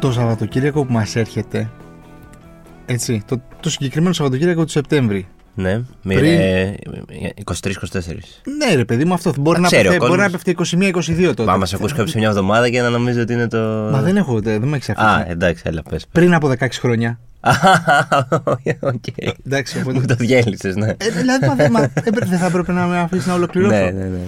το Σαββατοκύριακο που μας έρχεται, έτσι, το, το συγκεκριμένο Σαββατοκύριακο του Σεπτέμβρη. Ναι, μοιρε... 23-24. Ναι, ρε παιδί μου, αυτό μπορεί, Τα να, ξέρει ο πέφτει- μπορεί να κόσμος. πέφτει 21-22 τότε. Πάμε να σε ακούσει κάποιος σε μια εβδομάδα και να νομίζει ότι είναι το. Μα δεν έχω, δεν, δεν με έχεις αφήσει. Α, ε. εντάξει, έλα πες. Πριν από 16 χρόνια. Οκ. Εντάξει, οπότε- Μου το διέλυσες, ναι. Ε, δηλαδή, μα, δεν- μα, ε, δεν θα έπρεπε να με αφήσεις να ολοκληρώσω. Ναι, ναι, ναι.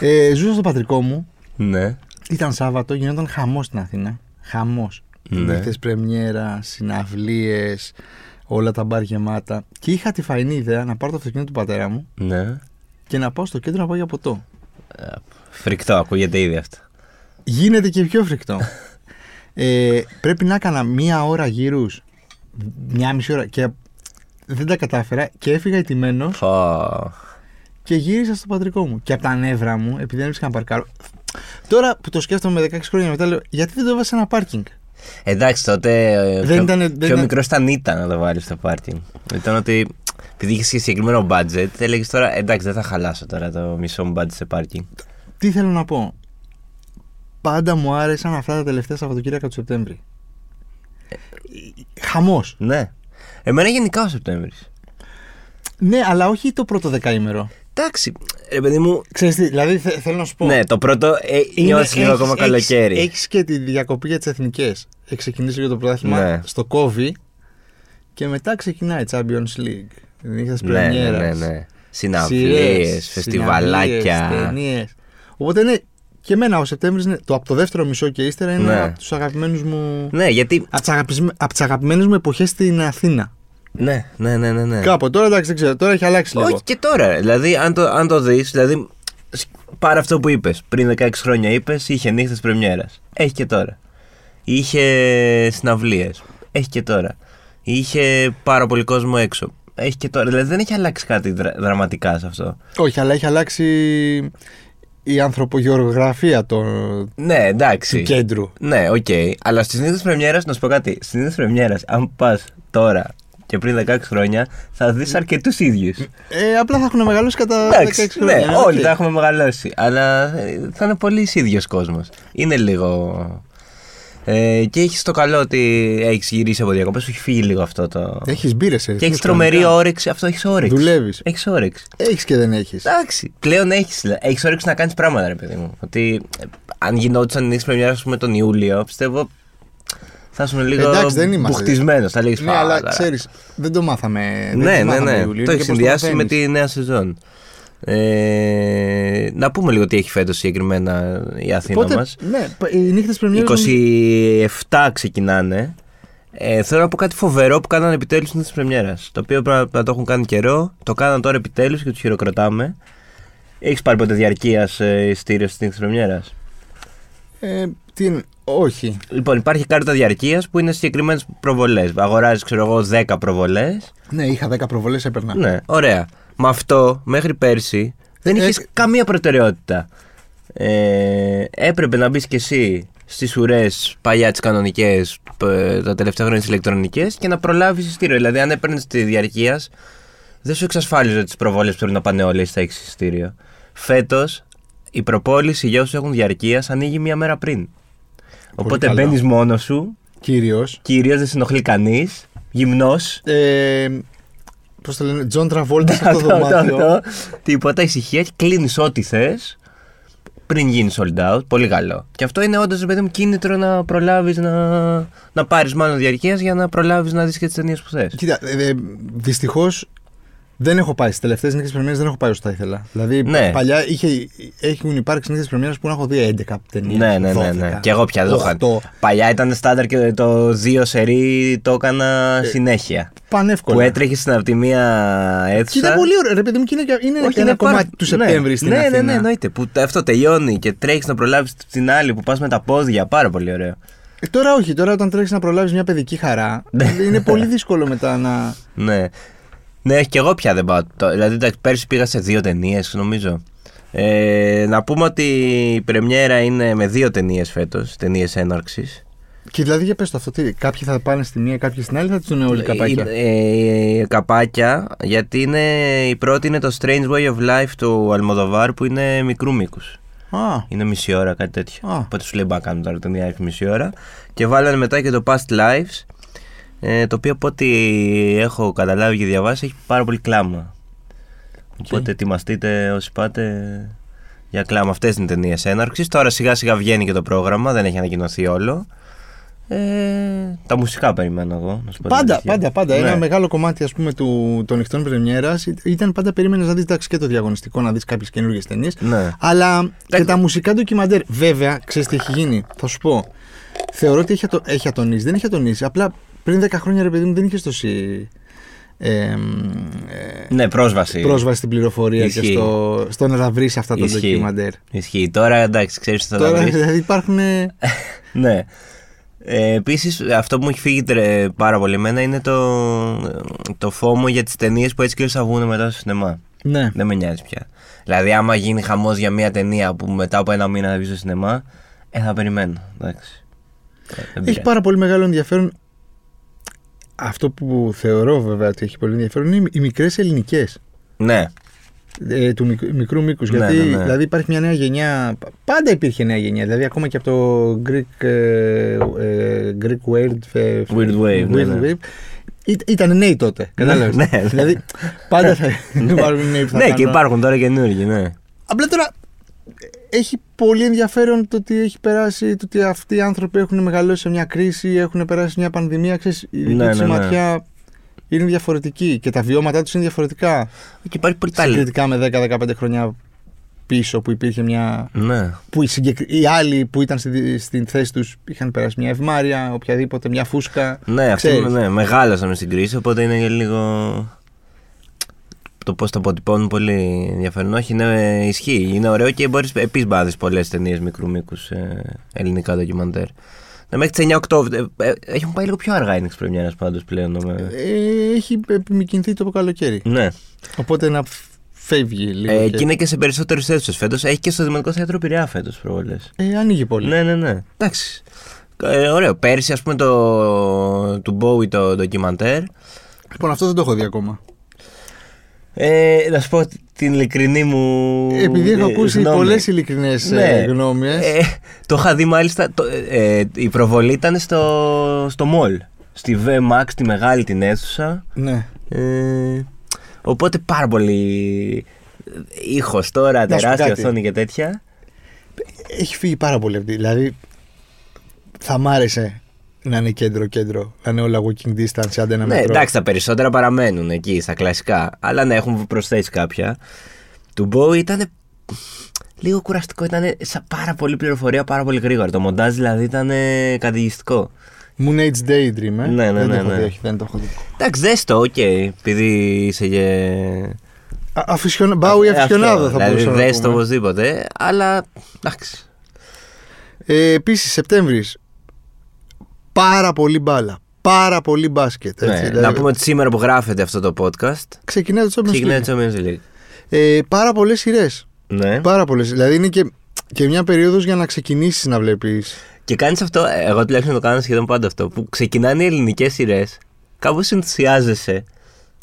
Ε, ζούσα στο πατρικό μου, Ναι. ήταν Σάββατο, γινόταν χαμός στην Αθήνα. Χαμός. Ναι. Νύχτε πρεμιέρα, συναυλίες, όλα τα μπαρ γεμάτα. Και είχα τη φαϊνή ιδέα να πάρω το αυτοκίνητο του πατέρα μου ναι. και να πάω στο κέντρο να πάω για ποτό. Ε, Φρικτό, ακούγεται ήδη αυτό. Γίνεται και πιο φρικτό. ε, πρέπει να έκανα μία ώρα γύρους, μία μισή ώρα και δεν τα κατάφερα και έφυγα ετοιμένο Πω. και γύρισα στο πατρικό μου. Και από τα νεύρα μου, επειδή δεν έβρισκα να παρκάρω. Τώρα που το σκέφτομαι με 16 χρόνια μετά, λέω γιατί δεν το έβασα σε ένα πάρκινγκ. Εντάξει, τότε. ε, Δεν πιο, ήταν- δεν πιο ήταν- μικρός ήταν ήταν να το βάλεις στο πάρτι. Ήταν ότι. Επειδή είχες συγκεκριμένο budget, έλεγες τώρα εντάξει, δεν θα χαλάσω τώρα το μισό μου budget σε πάρκινγκ. Τι θέλω να πω. Πάντα μου άρεσαν αυτά τα τελευταία Σαββατοκύριακα του Σεπτέμβρη. Ε, Χαμός. Ναι. Εμένα γενικά ο Σεπτέμβρης. Ναι, αλλά όχι το πρώτο δεκαήμερο. Εντάξει, ρε παιδί μου. Ξέρεις τι, δηλαδή θε- θέλω να σου πω. Ναι, το πρώτο ε, νιώθεις λίγο ακόμα καλοκαίρι. Έχεις και τη διακοπή για τις εθνικές. Έχει ξεκινήσεις λίγο το πρωτάθλημα Ναι. στο COVID και μετά ξεκινάει η Champions League. Νύχτε ναι, ναι, Πρεμιέρας. ναι, ναι. Συναυλίε, φεστιβαλάκια. Ταινίες. Οπότε ναι, και εμένα ο Σεπτέμβρης είναι. Το, από το δεύτερο μισό και ύστερα είναι Ναι. από τους αγαπημένους μου. Ναι, γιατί. Από τις αγαπημένες αγαπημένες μου εποχές στην Αθήνα. Ναι, ναι, ναι, ναι. ναι. Κάπου τώρα εντάξει, δεν ξέρω, τώρα έχει αλλάξει λίγο. Όχι και τώρα. Δηλαδή, αν το, αν το δεις, δηλαδή. σ- Πάρε αυτό που είπες. Πριν 16 χρόνια είπες, είχε νύχτες πρεμιέρας. Έχει και τώρα. Είχε συναυλίες. Έχει και τώρα. Είχε πάρα πολύ κόσμο έξω. Έχει και τώρα. Δηλαδή, δεν έχει αλλάξει κάτι δρα- δραματικά σε αυτό. Όχι, αλλά έχει αλλάξει η ανθρωπογεωγραφία το- Ναι, του εντάξει. κέντρου. Ναι, οκ. Αλλά στις νύχτες πρεμιέρας, να σου πω κάτι. Στις νύχτες πρεμιέρας, αν πας τώρα και πριν 16 χρόνια, θα Ναι. δεις αρκετούς ίδιους. Ε, απλά θα έχουν μεγαλώσει κατά 16 Εντάξει, χρόνια. ναι, ε, όλοι οκ. τα έχουμε μεγαλώσει. Αλλά ε, θα είναι πολύ ίδιος κόσμος. Είναι λίγο. Ε, και έχεις το καλό ότι έχεις γυρίσει από διακοπές, σου έχει φύγει λίγο αυτό το. Έχεις μπύρες ε, και έχεις τρομερή όρεξη. Αυτό έχεις όρεξη. Δουλεύεις. Έχεις όρεξη. Έχεις και δεν έχεις. Εντάξει, πλέον έχεις έχεις όρεξη να κάνεις πράγματα, ρε παιδί μου. Ότι ε, αν γινόντουσαν νύχτε πρεμιέρα, ας πούμε, τον Ιούλιο, πιστεύω θα ήσουν λίγο Εντάξει, δεν είμαστε. μπουχτισμένος. Θα λέγεις, Ναι, «Πα, αλλά τώρα». ξέρεις, δεν το μάθαμε. δεν Ναι, το ναι, μάθαμε ναι. Ιούλιο, Το είναι έχει και πώς συνδυάσει με μαθαίνεις. τη νέα σεζόν. Ε, να πούμε λίγο τι έχει φέτος συγκεκριμένα η Αθήνα Πότε, μας. ναι, π- οι νύχτες πρεμιέρας... 27 ξεκινάνε. Ε, θέλω να πω κάτι φοβερό που κάνανε επιτέλους στην της πρεμιέρας. Το οποίο πρέπει να- να το έχουν κάνει καιρό. Το κάναν τώρα επιτέλους και τους χειροκροτάμε. Έχεις πάρει ποτέ διαρκείας ε, ειστήριο στην της πρεμιέρας. Ε, τι είναι, όχι. Λοιπόν, υπάρχει κάρτα διαρκείας που είναι συγκεκριμένες προβολές. Αγοράζεις, ξέρω εγώ, 10 προβολές. Ναι, είχα 10 προβολές, έπαιρνα. Ναι, ωραία. Με αυτό μέχρι πέρσι δεν Ε, είχες καμία προτεραιότητα. Ε, έπρεπε να μπεις κι εσύ στις ουρές παλιά τις κανονικές, τα τελευταία χρόνια τις ηλεκτρονικές και να προλάβεις εισιτήριο. Δηλαδή, αν έπαιρνες τη διαρκείας, δεν σου εξασφάλιζε τις προβολές που πρέπει να πάνε όλε στα έχει εισιτήριο. Φέτος, η προπόληση για όσους έχουν διαρκείας ανοίγει μία μέρα πριν. Οπότε καλό. μπαίνεις μόνος σου, Κύριος. κυρίω δεν συνοχλεί κανείς, γυμνός Ε, πώς το λένε, Τζον Τραβόλτα σε αυτό το Αυτό, αυτό, δωμάτιο. αυτό. Τίποτα, ησυχία και κλείνεις ό,τι θες πριν γίνεις sold out. Πολύ καλό. Και αυτό είναι όντως, παιδί μου, κίνητρο να προλάβεις να, να πάρεις μάλλον διαρκείας για να προλάβεις να δεις και τις ταινίες που θες. Κοίτα, ε, ε, δυστυχώς δεν έχω πάει. Στις τελευταίες νύχτες πρεμιέρας δεν έχω πάει όσο θα ήθελα. Δηλαδή, Ναι. παλιά είχε, έχουν υπάρξει νύχτες πρεμιέρας που να έχω δει 11 ταινίες. Ναι, ναι, ναι, ναι. Και εγώ πια δεν το είχα. Παλιά ήταν στάνταρ και το δύο σερί το Ε, έκανα συνέχεια. Πανεύκολα. Που έτρεχε από τη μία αίθουσα. Και ήταν πολύ ωραίο, ρε παιδί μου, και είναι, και- είναι Όχι, ένα είναι πάρα- κομμάτι του Σεπτέμβρη ναι, στην ναι, Αθήνα. Ναι, ναι, εννοείται. Που τα- αυτό τελειώνει και τρέχεις να προλάβεις την άλλη που πας με τα πόδια. Πάρα πολύ ωραίο. Ε, Τώρα όχι, τώρα όταν τρέχεις να προλάβεις μια παιδική χαρά, δηλαδή είναι πολύ δύσκολο μετά να. Ναι. Ναι, και εγώ πια δεν πάω. Το- Δηλαδή, εντάξει, πέρσι πήγα σε δύο ταινίες, νομίζω. Ε, να πούμε ότι η πρεμιέρα είναι με δύο ταινίες φέτος, ταινίες έναρξης. Και δηλαδή για πες το αυτό, τι, κάποιοι θα πάνε στη μία, κάποιοι στην άλλη, θα τους είναι όλοι καπάκια. Ε, καπάκια, γιατί είναι, η πρώτη είναι το Strange Way of Life του Αλμοδοβάρ που είναι μικρού μήκους. Α, Είναι μισή ώρα, κάτι τέτοιο. Α. Οπότε σου λέει μπα κάνουν τώρα τον διάρκεια μισή ώρα. Και βάλανε μετά και το Past Lives. ε, το οποίο από ό,τι έχω καταλάβει και διαβάσει έχει πάρα πολύ κλάμα. Οπότε ετοιμαστείτε όσοι πάτε για κλάμα. Αυτές είναι οι ταινίες έναρξης. Τώρα σιγά σιγά βγαίνει και το πρόγραμμα, δεν έχει ανακοινωθεί όλο. Ε, τα μουσικά περιμένω εγώ. Να σου πω την Πάντα, αλήθεια. πάντα, πάντα. Ναι. Ένα μεγάλο κομμάτι ας πούμε, του, των νυχτών πρεμιέρας ήταν πάντα περίμενες να δεις και το διαγωνιστικό, να δεις κάποιες καινούργιες ταινίες. Ναι. Αλλά και τα μουσικά ντοκιμαντέρ. Βέβαια, ξέρεις τι έχει γίνει. Θα σου πω. Θεωρώ ότι έχει, ατο- έχει ατονίσει. Δεν έχει ατονίσει. Απλά πριν 10 χρόνια, ρε παιδί μου, δεν είχες τόση. Ε, μ, ε, ναι, πρόσβαση. πρόσβαση στην πληροφορία και Ισχύει. στο, στο να τα βρεις αυτά τα Ισχύει. ντοκιμαντέρ. Ισχύει. Τώρα εντάξει, ξέρεις τι θα τα Τώρα βρεις. δηλαδή υπάρχουν. ναι. Ε, Επίσης, αυτό που μου έχει φύγει τρε- πάρα πολύ εμένα είναι το, το φόμο για τις ταινίες που έτσι και έτσι θα βγουν μετά στο σινεμά. ναι. Δεν με νοιάζει πια. Δηλαδή, άμα γίνει χαμός για μια ταινία που μετά από ένα μήνα θα βγει στο σινεμά, ε, θα περιμένω. Εντάξει. Ε, δεν Έχει πειράζει. πάρα πολύ μεγάλο ενδιαφέρον. Αυτό που θεωρώ βέβαια ότι έχει πολύ ενδιαφέρον είναι οι μικρές ελληνικές. Ναι, ε, του μικ- μικρού μήκους. Ναι, γιατί ναι, ναι. Δηλαδή υπάρχει μια νέα γενιά. Πάντα υπήρχε νέα γενιά. Δηλαδή ακόμα και από το Greek, ε, ε, Greek Weird, ε, Weird Wave, ναι, Weird ναι. Wave. Ή- Ήταν νέοι τότε. Κατάλαβες. ναι, ναι. Δηλαδή πάντα θα υπάρχουν νέοι που θα ναι και κάνουν. υπάρχουν τώρα καινούργιοι, ναι. Απλά τώρα έχει πολύ ενδιαφέρον το ότι έχει περάσει, το ότι αυτοί οι άνθρωποι έχουν μεγαλώσει σε μια κρίση, έχουν περάσει μια πανδημία. Ξέρεις, η δική Ναι, τους ναι, η ναι. ματιά είναι διαφορετική και τα βιώματά τους είναι διαφορετικά. Και υπάρχει πολύ ταλέντο. Συγκριτικά με 10-15 χρόνια πίσω που υπήρχε μια. Ναι. που οι, συγκεκρι- οι άλλοι που ήταν στη- στην θέση τους είχαν περάσει μια ευμάρεια, οποιαδήποτε, μια φούσκα. Ναι, αυτό Ξέρεις. ναι, μεγάλωσαμε στην κρίση, οπότε είναι και λίγο. Το πώς το αποτυπώνουν πολύ ενδιαφέρον. Όχι, είναι, ε, ισχύει. Είναι ωραίο και μπορείς επίσης να δει πολλές ταινίες μικρού μήκους ε, ελληνικά ντοκιμαντέρ. Ναι, μέχρι τις 9 Οκτώβρη. Ε, ε, έχουν πάει λίγο πιο αργά οι πρεμιέρα πάντως πλέον. νομίζω. Ε, έχει επιμηκυνθεί το καλοκαίρι. ναι. Οπότε να φεύγει λίγο. Ε, και- και είναι και σε περισσότερε αίθουσες φέτος. Έχει και στο Δημοτικό Θέατρο Πειραιά φέτος προβολές. Ε, ανοίγει πολύ. Ναι, ναι, ναι. Εντάξει. Ε, ωραίο. Πέρσι, ας πούμε, το, του Bowie το ντοκιμαντέρ. Λοιπόν, αυτό δεν το έχω δει ακόμα. Ε, να σου πω την ειλικρινή μου. Επειδή έχω ε, ακούσει γνώμη. πολλές ειλικρινές Ναι. γνώμιες Ε, το είχα δει μάλιστα. Το, ε, ε, η προβολή ήταν στο, στο mall. Στη VMAX, τη μεγάλη την αίθουσα. ναι. Ε, οπότε πάρα πολύ ήχος τώρα, Να σου πω τεράστια κάτι. οθόνη και τέτοια. Έχει φύγει πάρα πολύ αυτή. Δηλαδή, θα μ' άρεσε να είναι κέντρο-κέντρο, να είναι όλα walking distance, άντε ένα Ναι, μέτρο. εντάξει, τα περισσότερα παραμένουν εκεί, στα κλασικά. Αλλά ναι, έχουν προσθέσει κάποια. Του Bowie ήταν λίγο κουραστικό. Ήταν σαν πάρα πολύ πληροφορία, πάρα πολύ γρήγορα. Το μοντάζ δηλαδή ήταν κατηγιστικό. Moon Age Daydream, ε. Ναι, δεν ναι, ναι, Το έχω ναι. δει, όχι, δεν το έχω δει. Εντάξει, δες το, οκ, επειδή είσαι και. Α- Αφισιον... Μπάουι Ε, αφισιονάδο αυτό, θα δηλαδή, μπορούσα να δες το πούμε. οπωσδήποτε, αλλά εντάξει. Ε, Επίσης, Σεπτέμβρης, πάρα πολύ μπάλα, πάρα πολύ μπάσκετ. Έτσι, Ναι, δηλαδή, Να πούμε ότι σήμερα που γράφεται αυτό το podcast, Ξεκινάει το Champions ξεκινάει League. το Champions League. Ε, πάρα πολλές σειρές, Ναι. πάρα πολλές. Δηλαδή είναι και, και μια περίοδος για να ξεκινήσεις να βλέπεις. Και κάνεις αυτό, ε, εγώ τουλάχιστον το κάνω σχεδόν πάντα αυτό, που ξεκινάνε οι ελληνικές σειρές, κάπως ενθουσιάζεσαι,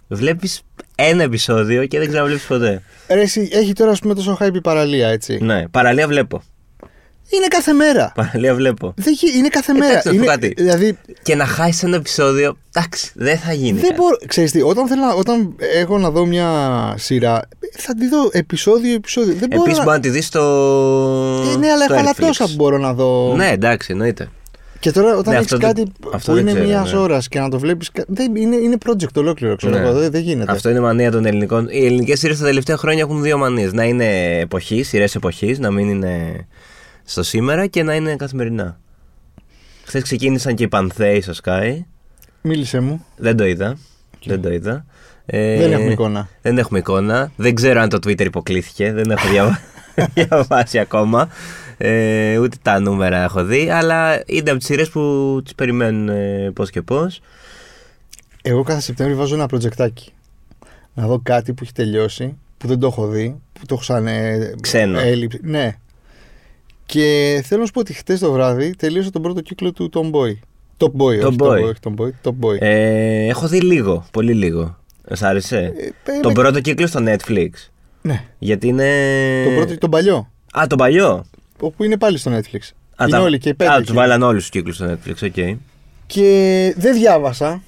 βλέπει ένα επεισόδιο και δεν ξαναβλέπεις ποτέ. Ρε, εσύ, έχει τώρα ας πούμε τόσο hype η παραλία, έτσι. Ναι, παραλία βλέπω. Είναι κάθε μέρα. Παραλία βλέπω. Δεν γι- είναι κάθε μέρα. Εντάξει, να σου πω Είναι- Ε, κάτι. Δηλαδή, Και να χάσει ένα επεισόδιο, εντάξει, δεν θα γίνει. δεν κάτι. μπορώ. Ξέρεις τι, όταν, θέλω, να- όταν έχω να δω μια σειρά, θα τη δω επεισόδιο-επεισόδιο. Δεν μπορώ. Επίσης μπορεί να... να τη δεις στο. Ε, ναι, αλλά στο έχω άλλα Netflix. τόσα που μπορώ να δω. Ναι, εντάξει, εννοείται. Και τώρα όταν Ναι, έχεις αυτό δεν- κάτι αυτό που δεν είναι ξέρω, μιας ναι. ώρας και να το βλέπεις. Είναι, είναι project ολόκληρο, ξέρω Ναι. εγώ. Δεν, δεν γίνεται. Αυτό είναι μανία των ελληνικών. Οι ελληνικές σειρές τα τελευταία χρόνια έχουν δύο μανίες. Να είναι εποχής, σειρές εποχής, να μην είναι στο σήμερα και να είναι καθημερινά. Χθες ξεκίνησαν και οι Πανθέοι στο Sky. Μίλησε μου. Δεν το είδα. Δεν το είδα. Ε, Δεν έχουμε εικόνα. Δεν έχουμε εικόνα. Δεν ξέρω αν το Twitter υποκλήθηκε. Δεν έχω διαβα- διαβάσει ακόμα. Ε, ούτε τα νούμερα έχω δει. Αλλά είναι από τις σειρές που τις περιμένουν ε, πώς και πώς. Εγώ κάθε Σεπτέμβρη βάζω ένα προτζεκτάκι. Να δω κάτι που έχει τελειώσει, που δεν το έχω δει, που το έχω σαν. ε, Ξένο. έλλειψη. Ναι. Και θέλω να σου πω ότι χτες το βράδυ τελείωσα τον πρώτο κύκλο του Tom Boy. Top Boy, Tom όχι Boy. Tom Boy. όχι Tom Boy, Top Boy. Ε, έχω δει λίγο, πολύ λίγο. Σ' άρεσε. Ε, ε, τον με- πρώτο κύκλο στο Netflix. Ναι. Γιατί είναι. Τον πρώτο, τον παλιό. Α, τον παλιό. Όπου είναι πάλι στο Netflix. Α, είναι τα- όλοι και οι πέντε. Α, εκεί. του βάλαν όλους τους κύκλους στο Netflix, οκ. Και δεν διάβασα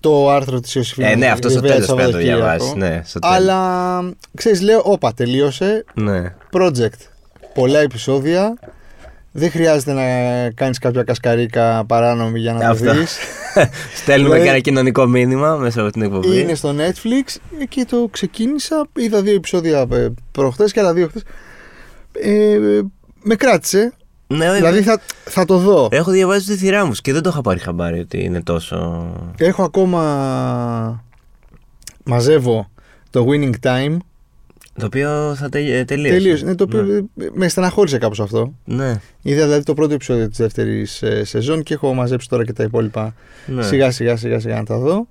το άρθρο της Ιωσήφινα. Ε, ναι, αυτό στο τέλος πρέπει να το διαβάσεις. Ναι, στο τέλος. Αλλά ξέρεις, λέω, όπα, τελείωσε. Ναι. Project. Πολλά επεισόδια. Δεν χρειάζεται να κάνεις κάποια κασκαρίκα παράνομη για να Αυτό. το δει. Ε, Στέλνουμε και Δηλαδή- ένα κοινωνικό μήνυμα μέσα από την εκπομπή. Είναι στο Netflix ε, και το ξεκίνησα. Είδα δύο επεισόδια προχτέ και άλλα δύο χτε. Ε, με κράτησε. Ναι, Ε. Δηλαδή θα, θα το δω. Έχω διαβάσει τη θηρά μου και δεν το είχα πάρει χαμπάρι ότι είναι τόσο. Έχω ακόμα. Μαζεύω το winning time. Το οποίο θα τελει... τελείωσε. Τελείωσε. Ναι, το οποίο Ναι. ε, με στεναχώρησε κάπως αυτό. ναι. Είδα δηλαδή το πρώτο επεισόδιο της δεύτερης ε, σεζόν και έχω μαζέψει τώρα και τα υπόλοιπα ναι. σιγά σιγά σιγά σιγά να τα δω.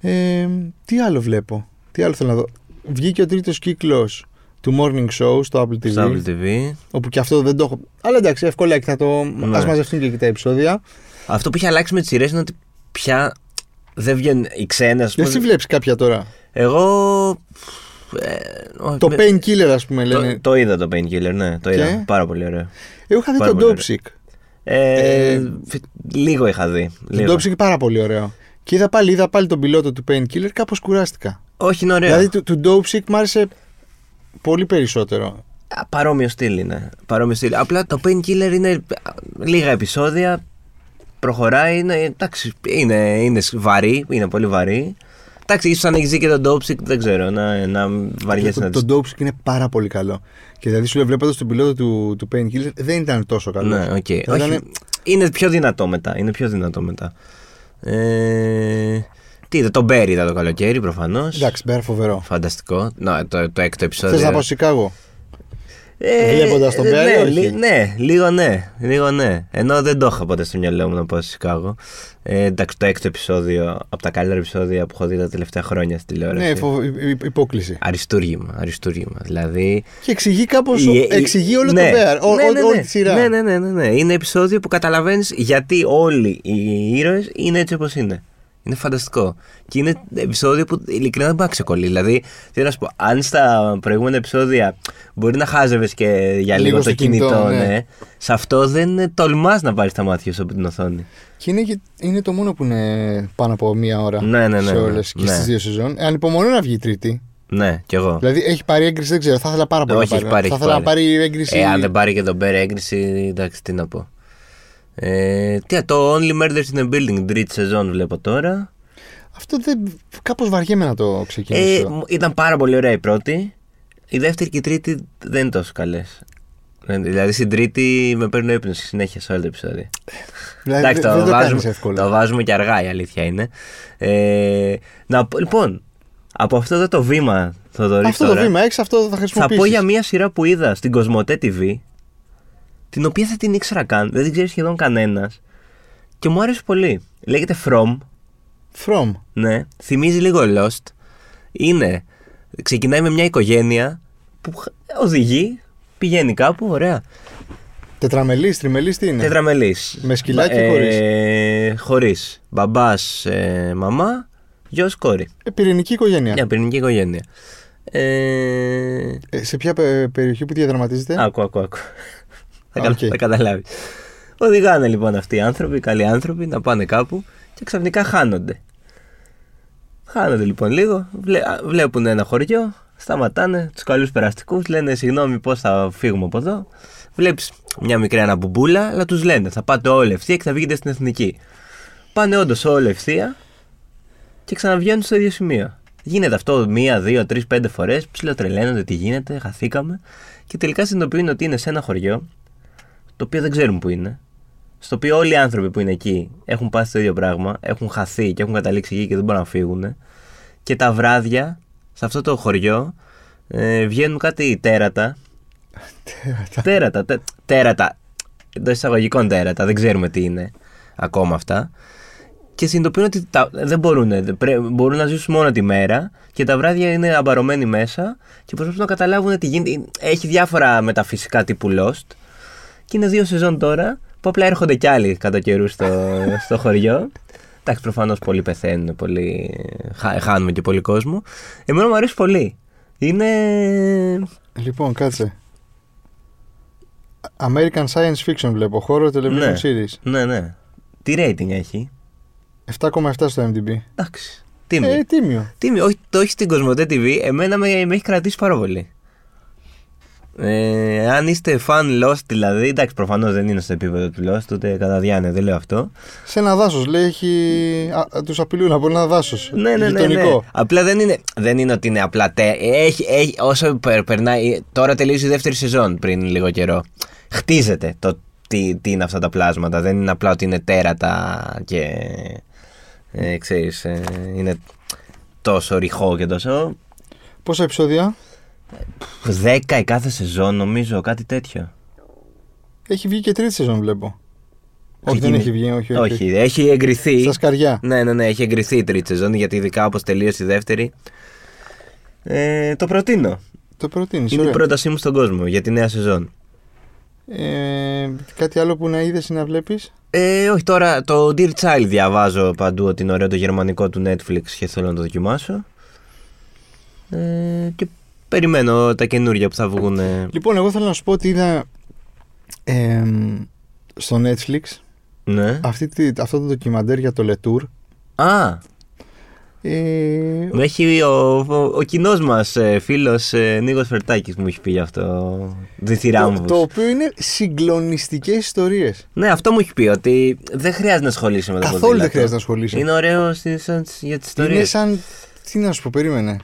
Ε, τι άλλο βλέπω, τι άλλο θέλω να δω. Βγήκε ο τρίτος κύκλος του Morning Show στο Apple TV, Στο Apple TV. όπου και αυτό δεν το έχω... Αλλά εντάξει, εύκολα και θα το... Ναι. Ας μαζευτούν και εκεί τα επεισόδια. Αυτό που είχε αλλάξει με τις σειρές είναι ότι πια δεν βγαίνουν οι ξένες. ας Δεν πούμε. τι βλέπεις κάποια τώρα. Εγώ. ε, όχι, Το με- Painkiller ας πούμε το- λένε. το είδα το Painkiller, ναι, το Και? είδα. Πάρα πολύ ωραίο. Εγώ είχα δει Πάρα τον πολύ Dope Sick. Ε, Ε, φι- λίγο είχα δει. Τον λίγο. Dope Sick πάρα πολύ ωραίο. Και είδα πάλι, είδα πάλι τον πιλότο του Painkiller, κάπως κουράστηκα. Όχι, είναι ωραίο. Δηλαδή του, του Dope Sick μ' άρεσε πολύ περισσότερο. Α, Παρόμοιο στυλ είναι. Παρόμοιο στυλ. Απλά το Painkiller είναι α, λίγα επεισόδια. Προχωράει, είναι, εντάξει, είναι, είναι σ- βαρύ, είναι πολύ βαρύ. Εντάξει, ίσως αν έχεις δει και τον Dopesick, δεν ξέρω, να, να βαριέσαι να το, δεις. το Dope Sick είναι πάρα πολύ καλό. Και δηλαδή σου λέω βλέποντας τον πιλότο του, του Painkiller δεν ήταν τόσο καλό. Ναι, οκ. Θα Όχι, ήταν- είναι πιο δυνατό μετά. Είναι πιο δυνατό μετά. Ε, τι είδα, τον Μπέρι είδα το καλοκαίρι προφανώς. Εντάξει, μπέρα φοβερό. Φανταστικό. Να, το, το έκτο επεισόδιο. Θες να πάω Σικάγο. Ε, Βλέποντας τον ε, Μπέρι, ναι, όχι. λι- ναι, λίγο ναι, λίγο ναι. Ενώ δεν το είχα ποτέ στο μυαλό μου να πάω στο Σικάγο. Ε, εντάξει, το έκτο επεισόδιο από τα καλύτερα επεισόδια που έχω δει τα τελευταία χρόνια στη τηλεόραση. Ναι, φοβ... υ- υ- υπόκληση. Αριστούργημα, αριστούργημα. Δηλαδή. Και εξηγεί κάπως. η- η- Εξηγεί όλο ναι. το Bear. ό- ναι, ό- ναι, Όλη ναι. τη σειρά. Ναι, ναι, ναι, ναι, ναι. Είναι επεισόδιο που καταλαβαίνεις γιατί όλοι οι ήρωες είναι έτσι όπως είναι. Είναι φανταστικό. Και είναι επεισόδιο που ειλικρινά δεν πάει να ξεκολλεί. Δηλαδή, τι να σου πω, αν στα προηγούμενα επεισόδια μπορεί να χάζευες και για λίγο, Λίγο το στο κινητό, κινητό, ναι. ναι. σε αυτό δεν τολμάς να πάρει τα μάτια σου από την οθόνη. Και είναι, και- είναι το μόνο που είναι πάνω από μία ώρα Ναι, ναι, ναι, σε ναι. όλες και Ναι. στις δύο σεζόν. Ε, Ανυπομονώ να βγει η τρίτη. Ναι, κι εγώ. Δηλαδή έχει πάρει έγκριση, δεν ξέρω. Θα ήθελα πάρα πολύ Όχι, να έχει πάρει. πάρει, θα έχει ήθελα να πάρει. πάρει έγκριση. Ε, αν δεν πάρει και τον Μπέρι έγκριση, εντάξει, τι να πω. Ε, τι, το Only Murders in the Building, τρίτη σεζόν βλέπω τώρα. Αυτό δεν. Κάπως βαριέμαι να το Ε, ξεκινήσω. μου- ήταν πάρα πολύ ωραία η πρώτη. Η δεύτερη και η τρίτη δεν είναι τόσο καλές. Δηλαδή στην τρίτη με παίρνει ο ύπνο συνέχεια σε όλα τα επεισόδια. δηλαδή, Εντάξει, δεν το, δεν το κάνει βάζουμε, εύκολα. το βάζουμε και αργά, η αλήθεια είναι. Ε, να, πω- λοιπόν, από αυτό εδώ το βήμα, Θοδωρής, Αυτό τώρα, το βήμα έξω, αυτό θα θα χρησιμοποιήσει. πω για μία σειρά που είδα στην Κοσμοτέ TV, την οποία δεν την ήξερα καν, δεν την ξέρει σχεδόν κανένας. Και μου άρεσε πολύ. Λέγεται From, From. ναι, θυμίζει λίγο Lost. Είναι, ξεκινάει με μια οικογένεια που χ- οδηγεί, πηγαίνει κάπου, ωραία. Τετραμελής, τριμελής τι είναι. Τετραμελής. Ναι. Με σκυλάκι Μπα- χωρίς. Ε, χωρίς. Μπαμπάς, ε, μαμά, γιος, κόρη. Ε, πυρηνική οικογένεια. Μια πυρηνική οικογένεια. Ε, Ε, σε ποια πε- περιοχή που διαδραματίζεται. Άκου, άκου, άκου. Θα, Οκ. okay. θα καταλάβεις. Οδηγάνε λοιπόν αυτοί οι άνθρωποι, οι καλοί άνθρωποι, να πάνε κάπου και ξαφνικά χάνονται. Χάνονται λοιπόν λίγο, βλέ, α, βλέπουν ένα χωριό, σταματάνε τους καλούς περαστικούς, λένε συγγνώμη πώς θα φύγουμε από εδώ. Βλέπεις μια μικρή αναμπομπούλα, αλλά τους λένε θα πάτε όλοι ευθεία και θα βγείτε στην εθνική. Πάνε όντως όλοι ευθεία και ξαναβγαίνουν στο ίδιο σημείο. Γίνεται αυτό μία, δύο, τρεις, πέντε φορές. Ψιλοτρελαίνονται τι γίνεται, χαθήκαμε. Και τελικά συνειδητοποιούν ότι είναι σε ένα χωριό, το οποίο δεν ξέρουν που είναι. Στο οποίο όλοι οι άνθρωποι που είναι εκεί έχουν πάθει το ίδιο πράγμα, έχουν χαθεί και έχουν καταλήξει εκεί και δεν μπορούν να φύγουν. Και τα βράδια σε αυτό το χωριό ε, βγαίνουν κάτι τέρατα. Τέρατα. τέρατα, τε- τέρατα. Εντός εισαγωγικών τέρατα, δεν ξέρουμε τι είναι ακόμα αυτά. Και συνειδητοποιούν ότι τα, δεν μπορούν, μπορούν να ζήσουν μόνο τη μέρα και τα βράδια είναι αμπαρωμένοι μέσα και προσπαθούν να καταλάβουν τι γίνεται. Έχει διάφορα μεταφυσικά τύπου Lost. Και είναι δύο σεζόν τώρα που απλά έρχονται κι άλλοι κατά καιρού στο, στο χωριό. Εντάξει, προφανώς πολλοί πεθαίνουν, πολλοί χα- χάνουμε και πολύ κόσμο. Εμένα μου αρέσει πολύ. Είναι. Λοιπόν, κάτσε. American Science Fiction βλέπω, χώρο television Ναι. series. Ναι, ναι. Τι rating έχει. 7,7 στο MDB. Εντάξει. Τίμιο. Ε, τίμιο. Τίμιο. Όχι, το έχει στην Κοσμοτέ TV. Εμένα με, με έχει κρατήσει πάρα πολύ. Ε, αν είστε fan Lost, δηλαδή. Εντάξει, προφανώς δεν είναι στο επίπεδο του Lost, ούτε κατά διάνοια, δεν λέω αυτό. Σε ένα δάσος λέει έχει. Τους απειλούν από ένα δάσος. Ναι, ναι, ναι, ναι. Απλά δεν είναι, δεν είναι ότι είναι απλά τε. Έχει, έχει, όσο περ- περνάει. Τώρα τελείωσε η δεύτερη σεζόν πριν λίγο καιρό. Χτίζεται το τι, τι είναι αυτά τα πλάσματα. Δεν είναι απλά ότι είναι τέρατα και. Ε, ξέρεις, ε, είναι τόσο ρηχό και τόσο. Πόσα επεισόδια 10 η κάθε σεζόν, νομίζω, κάτι τέτοιο. έχει βγει και τρίτη σεζόν, βλέπω. Όχι, δεν είναι- έχει βγει, όχι. όχι. Όχι, έχει εγκριθεί. Στα σκαριά. Ναι, ναι, ναι, έχει εγκριθεί η τρίτη σεζόν γιατί ειδικά όπως τελείωσε η δεύτερη. Ε, το προτείνω. Το προτείνεις. Είναι η πρότασή μου στον κόσμο για τη νέα σεζόν. Ε, κάτι άλλο που να είδες ή να βλέπεις. Ε, όχι τώρα, το Dear Child διαβάζω παντού ότι είναι ωραίο το γερμανικό του Netflix και θέλω να το δοκιμάσω. Ε, και περιμένω τα καινούργια που θα βγουν. ε. Λοιπόν, εγώ θέλω να σου πω ότι είδα ε, στο Netflix Ναι. αυτή, τη- αυτό το ντοκιμαντέρ για το Letour. Α, Ε, με έχει ο, ο, ο κοινός μας φίλος ε, Νίκος Φερτάκης μου έχει πει γι' αυτό. το, Διθυράμβους. το οποίο είναι συγκλονιστικές ιστορίες. Ναι, αυτό μου έχει πει ότι δεν χρειάζεται να ασχολείσαι με το Καθόλου ποδήλατο. δεν χρειάζεται να ασχολείσαι. Είναι ωραίο στη- σαν- για τις Είναι ιστορίες. σαν. Τι να σου πω, περίμενε.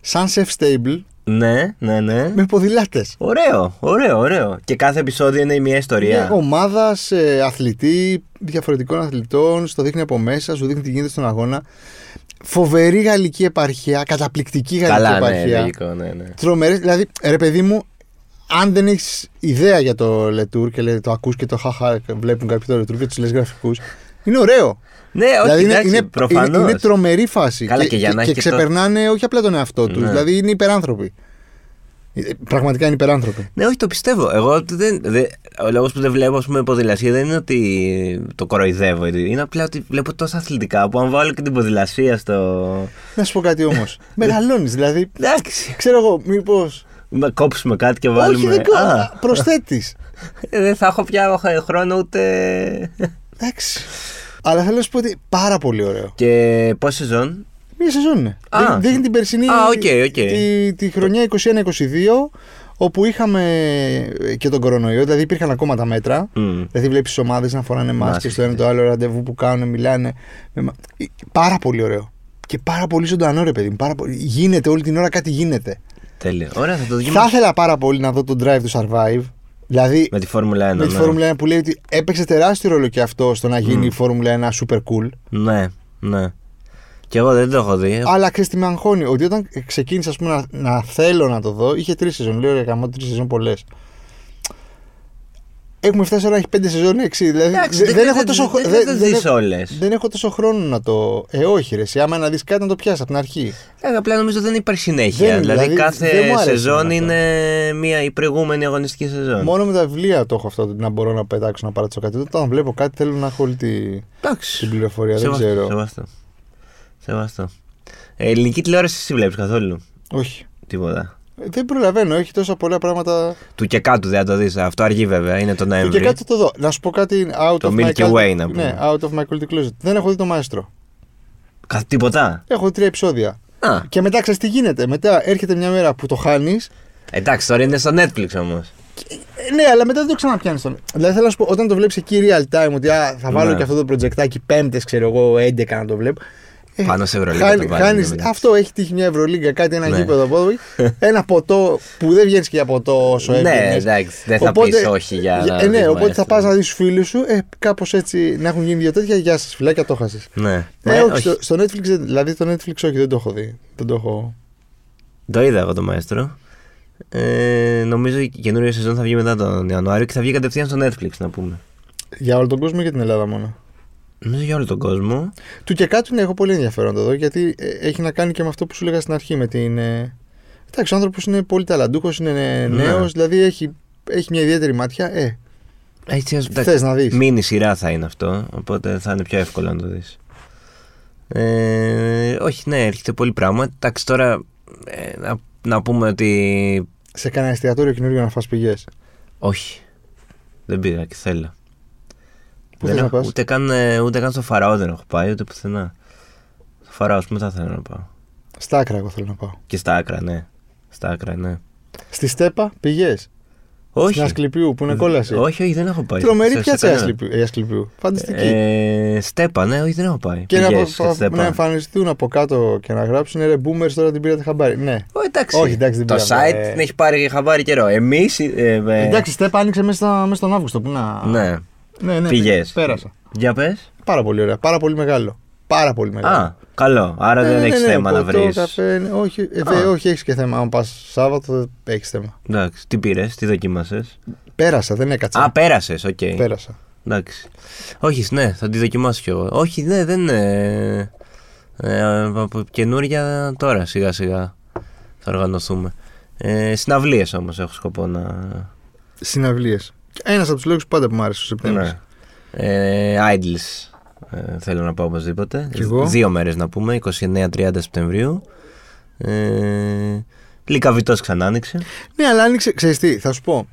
Σαν chef stable Ναι, ναι, ναι. με ποδηλάτες. Ωραίο, ωραίο, ωραίο. Και κάθε επεισόδιο είναι η μια Ναι, ιστορία. Ομάδα ε, αθλητή, διαφορετικών αθλητών, στο δείχνει από μέσα, σου δείχνει τι γίνεται στον αγώνα. Φοβερή γαλλική επαρχία, καταπληκτική γαλλική Καλά, ναι, επαρχία. λογικό, ναι, ναι. Τρομερές, δηλαδή, ρε παιδί μου, αν δεν έχεις ιδέα για το Λετούρ και λέει, το ακούς και το χαχα, βλέπουν κάποιοι το Λετούρ και τους λες γραφικούς. Είναι ωραίο. Ναι, όχι, δηλαδή είναι, εντάξει, είναι, προφανώς. είναι- είναι τρομερή φάση. Καλά, και για να έχει και το- ξεπερνάνε όχι απλά τον εαυτό τους. Ναι. Δηλαδή είναι υπεράνθρωποι. Ε, Πραγματικά είναι υπεράνθρωποι. Ναι, όχι, το πιστεύω. Εγώ ότι δεν, δεν, ο λόγος που δεν βλέπω ας πούμε, ποδηλασία δεν είναι ότι το κοροϊδεύω. έτσι. Είναι απλά ότι βλέπω τόσα αθλητικά που αν βάλω και την ποδηλασία στο. Να σου πω κάτι όμως. Μεγαλώνεις, δηλαδή. Εντάξει. Ξέρω εγώ, μήπως. Να κόψουμε κάτι και βάλουμε. Όχι, δεν Α, Προσθέτεις. ε, δεν θα έχω πια χρόνο ούτε. Εντάξει. Αλλά θέλω να σου πω ότι πάρα πολύ ωραίο. και πόση σεζόν. Μία σεζόν είναι. Α. Δείχνει- Δείχνει την περσινή. Α, οκ, οκ. Τη, τη χρονιά 21-22, όπου είχαμε και τον κορονοϊό, δηλαδή υπήρχαν ακόμα τα μέτρα. Μμ. Δηλαδή βλέπεις τις ομάδες να φοράνε μάσκες Μάσκες, στο ένα το άλλο ραντεβού που κάνουν, μιλάνε. με μα- Ε, Πάρα πολύ ωραίο. Και πάρα πολύ ζωντανό, ρε παιδί μου. Πάρα πολύ... Γίνεται όλη την ώρα κάτι γίνεται. Τέλεια. Ωραία, θα το Θα δοκιμάσω. ήθελα πάρα πολύ να δω τον drive του survive. Δηλαδή Με τη Φόρμουλα 1. με τη ναι. Φόρμουλα 1 που λέει ότι έπαιξε τεράστιο ρόλο και αυτό στο να γίνει η Φόρμουλα 1 super cool. Ναι, ναι. Και εγώ δεν το έχω δει. Αλλά ξέρεις τι με αγχώνει, ότι όταν ξεκίνησα ας πούμε, να, να θέλω να το δω, είχε τρεις σεζόν. Λέω ρε γαμώ, τρεις σεζόν πολλές. Έχουμε φτάσει τώρα, έχει πέντε σεζόν, έξι. Δηλαδή Εντάξει, δε- δεν δεν, θα έχω τις- τόσο, χρο- δεν θα δεν- τις δεν δεις έχω- όλες. δεν έχω τόσο χρόνο να το. Ε, όχι, ρε. εσύ, Άμα να δεις κάτι να το πιάσεις από την αρχή. Ε, απλά νομίζω δεν υπάρχει συνέχεια. Δεν- δηλαδή, δηλαδή, δεν μου κάθε αρέσει σεζόν αυτό. είναι μία, η προηγούμενη αγωνιστική σεζόν. Μόνο με τα βιβλία το έχω αυτό, ότι να μπορώ να πετάξω να παρατσω κάτι. Όταν βλέπω κάτι, θέλω να έχω όλη τη- την Εντάξει. πληροφορία. δεν Σεβαστό, ξέρω. Σεβαστό. Σεβαστό. Ε, ελληνική τηλεόραση εσύ βλέπεις καθόλου. Όχι. Τίποτα. Ε, Δεν προλαβαίνω, έχει τόσα πολλά πράγματα. Του και κάτω δεν θα το δεις. Αυτό αργεί βέβαια, είναι το Και, Νοέμβρη. και κάτι το δω. Να σου πω κάτι out Το of Milky my culture- Way, Ναι, να πούμε. out of my culture closet. Δεν έχω δει το μαέστρο. Κα- Τίποτα. Έχω τρία επεισόδια. Α, Και μετά ξέρεις τι γίνεται. Μετά έρχεται μια μέρα που το χάνεις. εντάξει, τώρα είναι στο Netflix όμως. Ναι, αλλά μετά δεν το ξαναπιάνεις. Τον... Δηλαδή θέλω να σου πω, όταν το βλέπεις εκεί real time, ότι α, θα βάλω Ναι. και αυτό το προτζεκτάκι πέμπτες, ξέρω εγώ, 11 να το βλέπω. Ε, Πάνω σε Ευρωλίγκα χάνει- το βάζεις, χάνεις- ναι, ναι. αυτό έχει τύχει μια Ευρωλίγκα, κάτι, ένα Ναι. γήπεδο από εδώ, Ένα ποτό που δεν βγαίνει και για ποτό όσο Ναι, έβγαινες. εντάξει, δεν θα ε, Οπότε- πεις όχι για. να ε, ναι, δεις οπότε θα Maestro. πας να δεις του φίλους σου, ε, κάπως έτσι να έχουν γίνει δύο τέτοια. Γεια σας, φυλάκια, το χάσεις. Ναι, Ε, Ναι, όχι, όχι. Στο, στο Netflix, δεν- δηλαδή το Netflix όχι, δεν το έχω δει. Δεν το έχω. Το είδα εγώ το Μαέστρο. Ε, νομίζω η καινούργια σεζόν θα βγει μετά τον Ιανουάριο και θα βγει κατευθείαν στο Netflix να πούμε. Για όλο τον κόσμο ή για την Ελλάδα μόνο. Νομίζω για όλο τον κόσμο. Του και κάτω είναι, έχω πολύ ενδιαφέρον να το δω γιατί ε, έχει να κάνει και με αυτό που σου λέγα στην αρχή. Με την. ε, Εντάξει, ο άνθρωπος είναι πολύ ταλαντούχος, είναι Ναι. νέος, δηλαδή έχει, έχει μια ιδιαίτερη μάτια. Ε, Έτσι, ας- θες να δεις. Μίνι σειρά θα είναι αυτό, οπότε θα είναι πιο εύκολο να το δεις. Ε, όχι, ναι, έρχεται πολύ πράγμα. Εντάξει, τώρα ε, να, να πούμε ότι Σε κανένα εστιατόριο καινούριο να φας πηγές. όχι. Δεν πήγα και θέλω. Πού δεν θες να έχω- πας? ούτε, καν, ε, ούτε καν στο φαράω δεν έχω πάει, ούτε πουθενά. Στο φαράω, ας πούμε, θα θέλω να πάω. Στα άκρα, εγώ θέλω να πάω. Και στα άκρα, ναι. Στα άκρα, ναι. Στη Στέπα πηγέ. Στην Όχι. Ασκληπιού που είναι κόλαση. Όχι, όχι, δεν έχω πάει. Τρομερή Σε- πιάτσα σε η κανένα. Ασκληπιού- η Ασκληπιού. Φανταστική. Ε, στέπα, ναι, όχι, δεν έχω πάει. και να, ναι, Πηγές απο- στη απο- Στέπα. να εμφανιστούν από κάτω και να γράψουν «Ε, ρε boomers τώρα την πήρατε χαμπάρι. Ναι. Ω, εντάξει. Όχι, εντάξει, δεν Το πειράζει. site Ε. την έχει πάρει χαμπάρι καιρό. Εμείς. Ε, ε, Εντάξει, η Στέπα άνοιξε μέσα, στα- μέσα στον Αύγουστο. Πού να. Ναι, ναι, ναι πηγέ. Πέρασα. Για πες. Πάρα πολύ ωραία. Πάρα πολύ μεγάλο. Πάρα πολύ μεγάλο. Α, καλό. Άρα Ναι, δεν ναι, έχεις ναι, ναι, θέμα να ποτό, βρεις. καφέ, ναι, όχι, ε, δε, Α. όχι έχεις και θέμα. Αν πας Σάββατο, έχεις θέμα. Εντάξει, τι πήρες, τι δοκίμασες. Πέρασα, δεν έκατσα. Α, πέρασες, οκ. Πέρασα. Εντάξει. Όχι, ναι, θα τη δοκιμάσω κι εγώ. Όχι, ναι, δεν είναι. Ε, από καινούρια τώρα σιγά σιγά θα οργανωθούμε. Ε, Συναυλίες όμως έχω σκοπό να. Συναυλίες. Ένας από τους λόγους πάντα που μου άρεσε ο Σεπτέμβρης. Ναι. Ε, Idles. Ε, θέλω να πάω οπωσδήποτε. Κι εγώ. Δύο μέρες να πούμε, 29-30 Σεπτεμβρίου. Ε, Λυκαβητό ξανά άνοιξε. Ναι, αλλά άνοιξε. Ξέρεις τι, θα σου πω.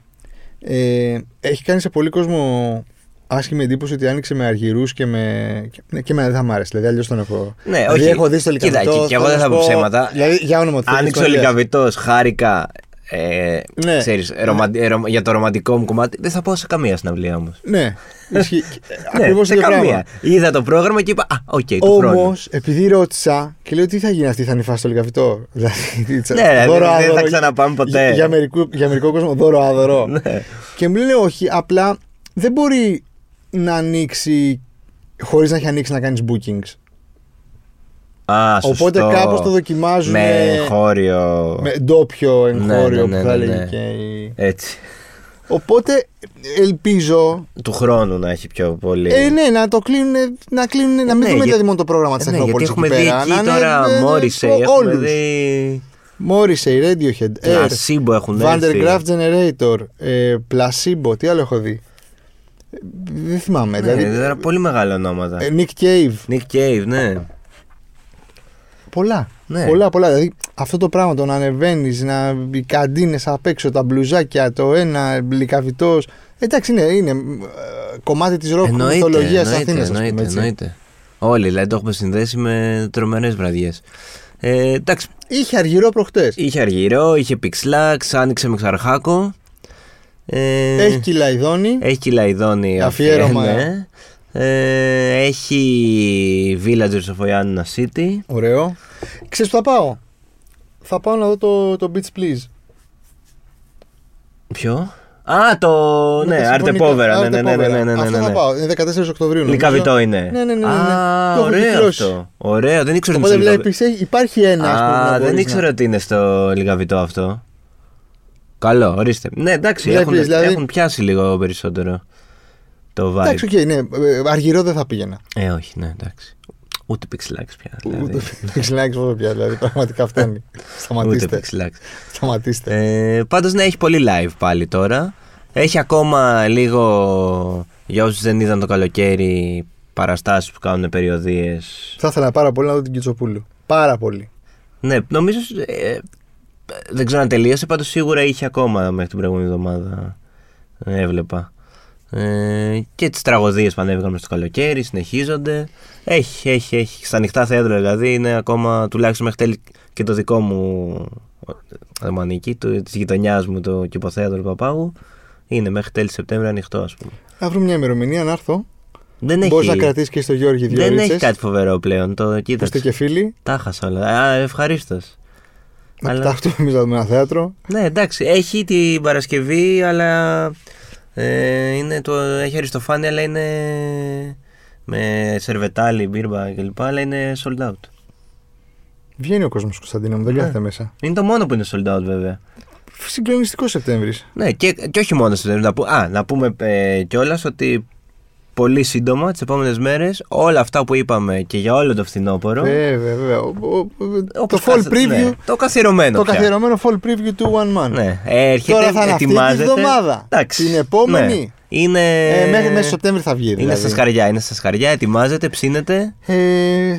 Ε, έχει κάνει σε πολύ κόσμο άσχημη εντύπωση ότι άνοιξε με αργυρούς και με. και- ναι, Και εμένα δεν θα μ' άρεσε. Δηλαδή, αλλιώς τον έχω. Ναι, δηλαδή, όχι. έχω δει στο Κοίτα, λικαβιτός. και- και εγώ θέλω να δεν θα σου πω πω, ψέματα. Δηλαδή, για όνομα του Θεού, Άνοιξε ο της Παναγίας. Λυκαβητό, χάρηκα. Ε, Ναι. ξέρεις, ρωμα- ε, ρωμα- για το ρομαντικό μου κομμάτι. Δεν θα πάω σε καμία συναυλία όμως. Ναι, ισχύει. Ναι, Ακριβώς σε το πράγμα. καμία. Είδα το πρόγραμμα και είπα Α, οκ, του Όμω, χρόνου. επειδή ρώτησα και λέω τι θα γίνει αυτή, θα ανυφάσει το λικαβιτό. Δηλαδή, τι τσα- Ναι, δηλαδή, δώρο, δεν θα άδωρο, ξαναπάμε ποτέ. Για, για, μερικού- για μερικό κόσμο, δώρο άδωρο. Ναι. και μου λένε όχι, απλά δεν μπορεί να ανοίξει χωρίς να έχει ανοίξει να κάνεις bookings. Α, σωστό. Οπότε κάπως το δοκιμάζουν Με χώριο. με ντόπιο εγχώριο ναι, που θα ναι, λέγει ναι. και η- Έτσι. Οπότε ελπίζω. Του χρόνου να έχει πιο πολύ. Ε, ναι, να το κλείνουν, να, κλείνουνε, να μην Ναι, δούμε για- δηλαδή μόνο το πρόγραμμα της ναι, γιατί Εθνόπολη εκεί έχουμε δει πέρα. εκεί να είναι, τώρα ε, ε, ε, Μόρισε, ο- έχουμε όλους. δει Morrissey, Radiohead, ε, Air, Ασίμπο έχουν έρθει. Ναι, Vandergraaf Generator, ε, Placebo, τι άλλο έχω δει. Ε, Δεν θυμάμαι. Ναι, δηλαδή, δηλαδή, πολύ μεγάλα ονόματα. ε, Nick Cave. Nick Cave, ναι. Πολλά. Ναι. Πολλά, πολλά. Δηλαδή αυτό το πράγμα το να ανεβαίνεις, να οι καντίνες απ' έξω, τα μπλουζάκια, το ένα μπλικαβιτό. Εντάξει, είναι, είναι ε, κομμάτι της ροκ μυθολογία τη Αθήνα. εννοείται, εννοείται. Όλοι δηλαδή το έχουμε συνδέσει με τρομερές βραδιές. Ε, εντάξει, Είχε αργυρό προχτές. είχε αργυρό, είχε πιξλάξ, άνοιξε με ξαρχάκο. Ε, Έχει κυλαϊδόνη. έχει κυλαϊδόνη Αφιέρωμα. αφιέ- ναι. Ε, έχει Villagers of Oianna City. Ωραίο. Ξέρεις που θα πάω. Θα πάω να δω το, το Beach Please. Ποιο? Α, το. Με ναι, τα αρτεπόβερα. συμφωνικά- Ναι, ναι, ναι, ναι, Arte Povera. ναι, ναι, ναι, Αυτό ναι. θα πάω. Είναι 14 Οκτωβρίου. νομίζω. Λυκαβιτό είναι. Ναι, ναι, ναι, ναι, ναι. Α, Το έχω ωραίο κυκλώσει. αυτό. Ωραίο, δεν ήξερα ότι Οπότε είναι στο Λυκαβι- βλέπεις, έχει- υπάρχει ένα. ας πούμε, να Α, δεν μπορείς ήξερα να- ότι είναι στο λιγαβιτό αυτό. Καλό, ορίστε. Ναι, εντάξει, Βλέπεις, έχουν, δηλαδή- έχουν πιάσει λίγο περισσότερο το vibe. Εντάξει, οκ, ναι. ε, Αργυρό δεν θα πήγαινα. Ε, όχι, ναι, εντάξει. Ούτε πixelax πια. Δηλαδή. Ούτε πixelax βέβαια πια, δηλαδή πραγματικά φτάνει. Ούτε Σταματήστε. pixelax. Σταματήστε. Ε, πάντως ναι, έχει πολύ live πάλι τώρα. Έχει ακόμα λίγο, για όσους δεν είδαν το καλοκαίρι, παραστάσεις που κάνουν περιοδίες. Θα ήθελα πάρα πολύ να δω την Κιτσοπούλου. Πάρα πολύ. Ναι, νομίζω, ε, δεν ξέρω αν τελείωσε, πάντως σίγουρα είχε ακόμα μέχρι την προηγούμενη εβδομάδα. Ε, Έβλεπα. Ε, και τις τραγωδίες που ανέβηκαν μες στο καλοκαίρι, συνεχίζονται. Έχει, έχει, έχει. Στα ανοιχτά θέατρα δηλαδή είναι ακόμα, τουλάχιστον μέχρι τέλη και το δικό μου ε, δαιμονική, της γειτονιάς μου, το κυποθέατρο του Παπάγου, είναι μέχρι τέλη Σεπτέμβρη ανοιχτό, ας πούμε. Να βρούμε μια ημερομηνία να έρθω. Δεν Μπορείς να έχει, κρατήσεις και στο Γιώργη δύο δεν έχει ρίτσες. κάτι φοβερό πλέον. Το Είστε κοίταξε. και φίλοι. Τα χάσα όλα. Α, ευχαρίστως. Να Αλλά- κοιτάξουμε εμεί να δούμε ένα θέατρο. Ναι, εντάξει, έχει την Παρασκευή, αλλά ε, είναι το, έχει αριστοφάνεια, αλλά είναι με σερβετάλι, μπύρμπα κλπ. Αλλά είναι sold out. Βγαίνει ο κόσμος Κωνσταντίνο μου, Ναι. δεν κάθεται μέσα. Είναι το μόνο που είναι sold out, βέβαια. Συγκλονιστικός Σεπτέμβρης. Ναι, και, και όχι μόνο στο να, πού- α, να πούμε ε, κιόλας ότι πολύ σύντομα, τις επόμενες μέρες, όλα αυτά που είπαμε και για όλο το φθινόπωρο. Βέβαια, βέβαια. Ο- ο- ο- Ε, Το όπως fall κάθε- ναι, preview. το καθιερωμένο. Το πια. καθιερωμένο fall preview του One Man. Ναι, έρχεται, Τώρα θα είναι αυτή τη ετοιμάζεται. βδομάδα. Εντάξει, Την επόμενη. ναι. Είναι. Ε, μέχρι μέσα Σεπτέμβρη θα βγει. Είναι δηλαδή. στα σκαριά, είναι στα σκαριά, ετοιμάζεται, ψήνεται. Ε,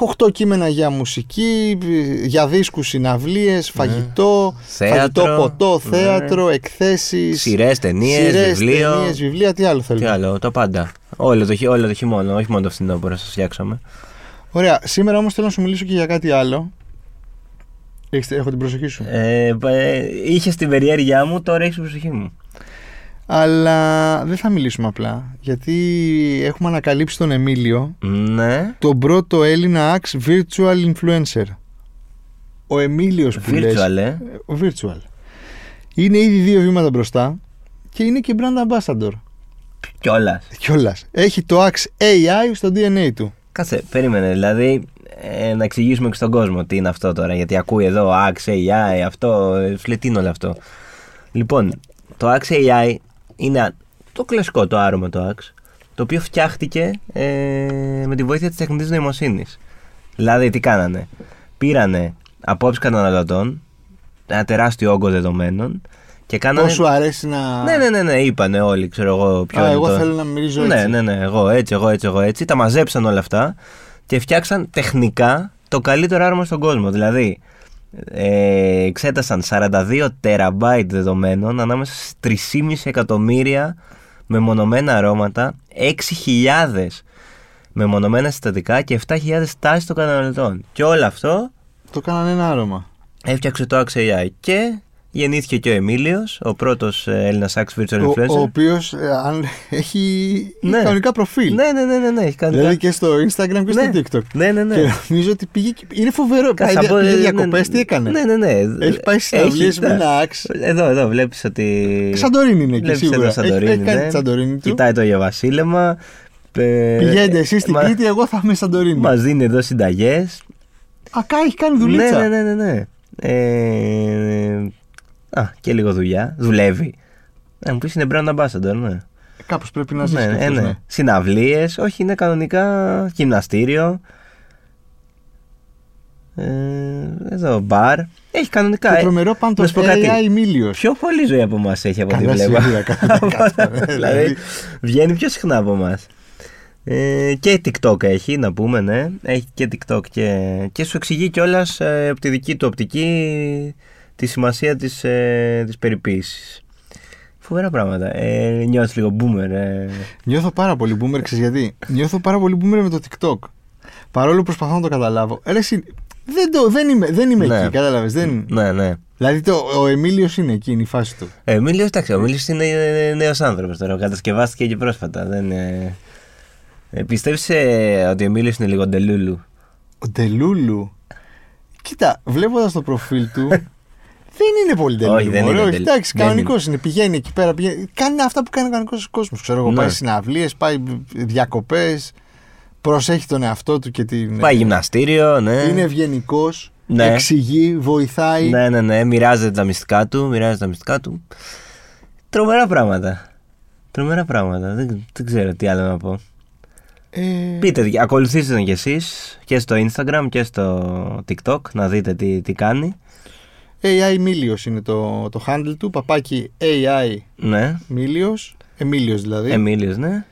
8 κείμενα για μουσική, για δίσκους, συναυλίες, φαγητό, φαγητό, Ναι. Θέατρο. ποτό, Ναι. θέατρο, εκθέσεις, Σειρές, ταινίες, σειρές, βιβλίο. ταινίες, βιβλία, τι άλλο Τι θέλουμε. άλλο, τα πάντα. Όλο το, χει- όλο το χειμώνα, όχι μόνο το φθινόπωρο, σας φτιάξαμε. Ωραία, σήμερα όμως θέλω να σου μιλήσω και για κάτι άλλο. Έχεις- έχω την προσοχή σου. Ε, ε, είχες την περιέργειά μου, τώρα έχεις την προσοχή μου. Αλλά δεν θα μιλήσουμε απλά, γιατί έχουμε ανακαλύψει τον Εμίλιο, Ναι. τον πρώτο Έλληνα Axe Virtual Influencer. Ο Εμίλιος που λες, Virtual, ε. ο Virtual. Είναι ήδη δύο βήματα μπροστά και είναι και brand ambassador Κιόλας. κιόλας. Έχει το Axe AI στο DNA του. Κάτσε, περίμενε. Δηλαδή, ε, να εξηγήσουμε και στον κόσμο τι είναι αυτό τώρα. Γιατί ακούει εδώ Axe AI, αυτό. ε, Φίλε, τι είναι όλο αυτό. Λοιπόν, το Axe AI είναι το κλασικό το άρωμα το Axe, το οποίο φτιάχτηκε ε, με τη βοήθεια της τεχνητής νοημοσύνης. Δηλαδή, τι κάνανε. Πήρανε απόψεις καταναλωτών, ένα τεράστιο όγκο δεδομένων και κάνανε. Πόσο αρέσει να. Ναι, ναι, ναι, ναι, είπανε όλοι, ξέρω εγώ ποιο Α, είναι εγώ το- θέλω να μυρίζω έτσι. Ναι, ναι, ναι, εγώ έτσι, εγώ έτσι, εγώ έτσι. Τα μαζέψαν όλα αυτά και φτιάξαν τεχνικά το καλύτερο άρμα στον κόσμο. Δηλαδή, ε, εξέτασαν 42 τεραμπάιτ δεδομένων ανάμεσα στις 3,5 εκατομμύρια μεμονωμένα αρώματα, 6.000 μεμονωμένα συστατικά και 7.000 τάσεις των καταναλωτών. Και όλο αυτό Το κάνανε ένα άρωμα. έφτιαξε το Axe AI και γεννήθηκε και ο Εμίλιος, ο πρώτος ε, Έλληνας Axe Virtual Ο, Influencer. ο οποίος έχει Ναι. κανονικά προφίλ. Ναι, ναι, ναι, ναι, ναι, έχει κάνει Δηλαδή κάτι. και στο Instagram και στο Ναι. TikTok. Ναι, ναι, ναι. Και νομίζω ότι πήγε. και- Είναι φοβερό. Πάει, Κάτσε, από- πήγε ναι, διακοπέ, ναι, τι έκανε. Ναι, ναι, ναι. Έχει πάει συναυλίες με κοιτά. ένα άξ. Εδώ, εδώ, βλέπεις ότι... Σαντορίνη είναι εκεί Βλέπεις σίγουρα. εδώ Έχει- Σαντορίνη, έχει κάνει ναι. τη Σαντορίνη του. Κοιτάει το για βασίλεμα. Ε, Πηγαίνετε εσείς στην μα- Κρήτη, εγώ θα είμαι Σαντορίνη. Μας δίνει εδώ συνταγές. Ακά έχει κάνει Ναι, δουλίτσα. ναι, ναι, ναι. ναι. Ε, α, και λίγο δουλειά. Δουλεύει. Να μου πεις είναι brand ambassador, ναι. Κάπως πρέπει να ζήσει. ναι, κι ναι, αυτός, ναι. ναι. Συναυλίες, όχι είναι κανονικά γυμναστήριο. Ε, εδώ μπαρ. Έχει κανονικά. Και ε. τρομερό Να πάντω σου πω κάτι. AI Εμίλιο. Πιο πολύ ζωή από εμάς έχει από ό,τι Καλά βλέπω. σίγουρα, καλά, καλά, δηλαδή. δηλαδή βγαίνει πιο συχνά από εμάς. Ε, και TikTok έχει, να πούμε, ναι. Έχει και TikTok και, και σου εξηγεί κιόλας ε, από τη δική του οπτική τη σημασία της ε, της περιποίησης. Φοβερά πράγματα. Ε, νιώθεις λίγο boomer. Ε. Νιώθω πάρα πολύ boomer, ξέρεις γιατί. Νιώθω πάρα πολύ boomer με το TikTok. Παρόλο που προσπαθώ να το καταλάβω. Ρε, εσύ, δεν, το, δεν είμαι, δεν είμαι Ναι. εκεί, κατάλαβες. Δεν... Ναι, ναι. Δηλαδή το, ο Εμίλιος είναι εκεί, είναι η φάση του. Ε, ο Μίλιος, εντάξει, ο Μίλιος είναι ε, νέος άνθρωπος τώρα, κατασκευάστηκε και πρόσφατα. Δεν, ε, ε, πιστεύεις ε, ότι ο Μίλιος είναι λίγο ντελούλου. Ο Ντελούλου. Κοίτα, βλέποντας το προφίλ του, δεν είναι πολύ Ντελούλου. Όχι, δεν μωρέ, είναι όχι, Ντελούλου. Εντάξει, Δεν κανονικός είναι. Πηγαίνει εκεί πέρα, πηγαίνει. κάνει αυτά που κάνει κανονικός κόσμος. Ξέρω εγώ, Ναι. πάει συναυλίες, πάει διακοπές, προσέχει τον εαυτό του και την. Πάει γυμναστήριο, ναι. Ναι. Είναι ευγενικός, Ναι. εξηγεί, βοηθάει. Ναι, ναι, ναι. Μοιράζεται τα μυστικά του. Μοιράζεται τα μυστικά του. Τρομερά πράγματα. Τρομερά πράγματα. Δεν, δεν ξέρω τι άλλο να πω. Ε, Πείτε, ακολουθήστε τον κι εσείς και στο Instagram και στο TikTok να δείτε τι, τι κάνει. AI Μίλιος είναι το, το handle του, παπάκι AI Ναι. Μίλιος, Εμίλιος δηλαδή. Εμίλιος, ναι.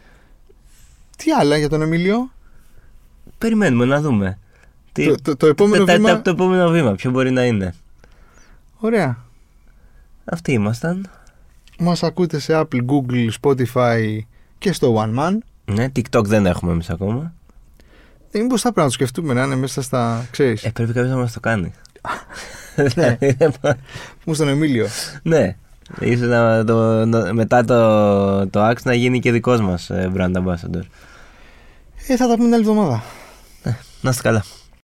Τι άλλα για τον Εμίλιο, Περιμένουμε να δούμε. Τι, το, το, το επόμενο τα- τα- βήμα, το επόμενο βήμα, ποιο μπορεί να είναι. ωραία. Αυτοί ήμασταν. Μας ακούτε σε Apple, Google, Spotify και στο One Man. Ναι, TikTok δεν έχουμε εμείς ακόμα. Ε, μήπως θα πρέπει να το σκεφτούμε να είναι μέσα στα, ξέρεις, Ε, πρέπει κάποιος να μας το κάνει. Ναι. ναι. μου στον Εμίλιο. Ναι. Ίσως να, το, να- μετά το, το Axe να γίνει και δικός μας ε, brand ambassador. Ε, θα τα πούμε την άλλη εβδομάδα. Να είστε καλά.